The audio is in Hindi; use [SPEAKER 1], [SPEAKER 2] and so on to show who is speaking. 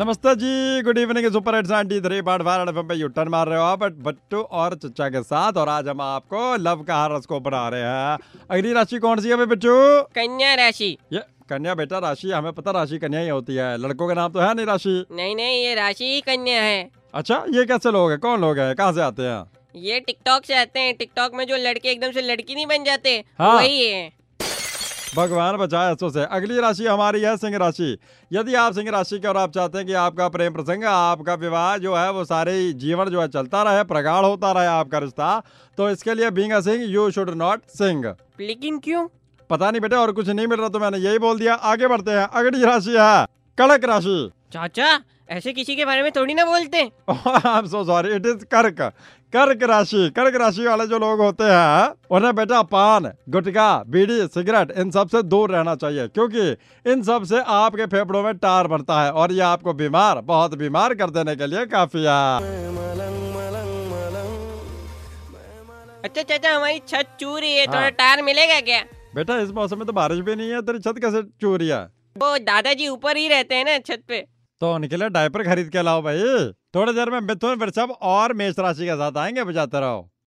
[SPEAKER 1] नमस्ते जी good evening super eight ninety three point five F पे यूटर्न मार रहे हो आप बट बट्टू और चचा के साथ और आज हम आपको लव का हॉरोस्कोप बना रहे हैं अगली राशि कौन सी है बे बच्चू
[SPEAKER 2] कन्या राशि
[SPEAKER 1] ये कन्या बेटा राशि हमें पता राशि कन्या ही होती है लड़कों का नाम तो है नहीं राशि
[SPEAKER 2] नहीं नहीं ये राशि ही कन्या है
[SPEAKER 1] अच्छा ये कैसे लोग हैं कौन लोग हैं कहाँ से आते हैं
[SPEAKER 2] ये टिकटॉक से आते हैं टिकटॉक में जो लड़के एकदम से लड़की नहीं बन जाते
[SPEAKER 1] हाँ।
[SPEAKER 2] वही है
[SPEAKER 1] भगवान बचाए ऐसों से अगली राशि हमारी है सिंह राशि यदि आप सिंह राशि के और आप चाहते हैं कि आपका प्रेम प्रसंग आपका विवाह जो है वो सारे ही जीवन जो है चलता रहे प्रगाढ़ होता रहे आपका रिश्ता तो इसके लिए being Singh you should not sing
[SPEAKER 2] लेकिन क्यों
[SPEAKER 1] पता नहीं बेटा और कुछ नहीं मिल रहा तो मैंने यही बोल दिया आगे बढ़ते हैं अगली राशि है कड़क राशि
[SPEAKER 2] चाचा ऐसे किसी के बारे में थोड़ी ना बोलते
[SPEAKER 1] I am so sorry it is कर्क कर्क राशि कर्क राशि वाले जो लोग होते हैं उन्हें बेटा पान गुटखा बीड़ी सिगरेट इन सब से दूर रहना चाहिए क्योंकि इन सब से आपके फेफड़ों में टार बनता है और ये आपको बीमार बहुत बीमार कर देने के लिए काफी है
[SPEAKER 2] अच्छा चाचा हमारी छत चू रही है थोड़ा
[SPEAKER 1] हाँ।
[SPEAKER 2] टार मिलेगा क्या
[SPEAKER 1] बेटा इस मौसम में तो बारिश भी नहीं है तेरी छत कैसे चूरी है
[SPEAKER 2] वो दादाजी ऊपर ही रहते हैं ना छत पे
[SPEAKER 1] तो उनके लिए डायपर खरीद के लाओ भाई थोड़ी देर में मिथुन वृषभ और मेष राशि के साथ आएंगे बजाते रहो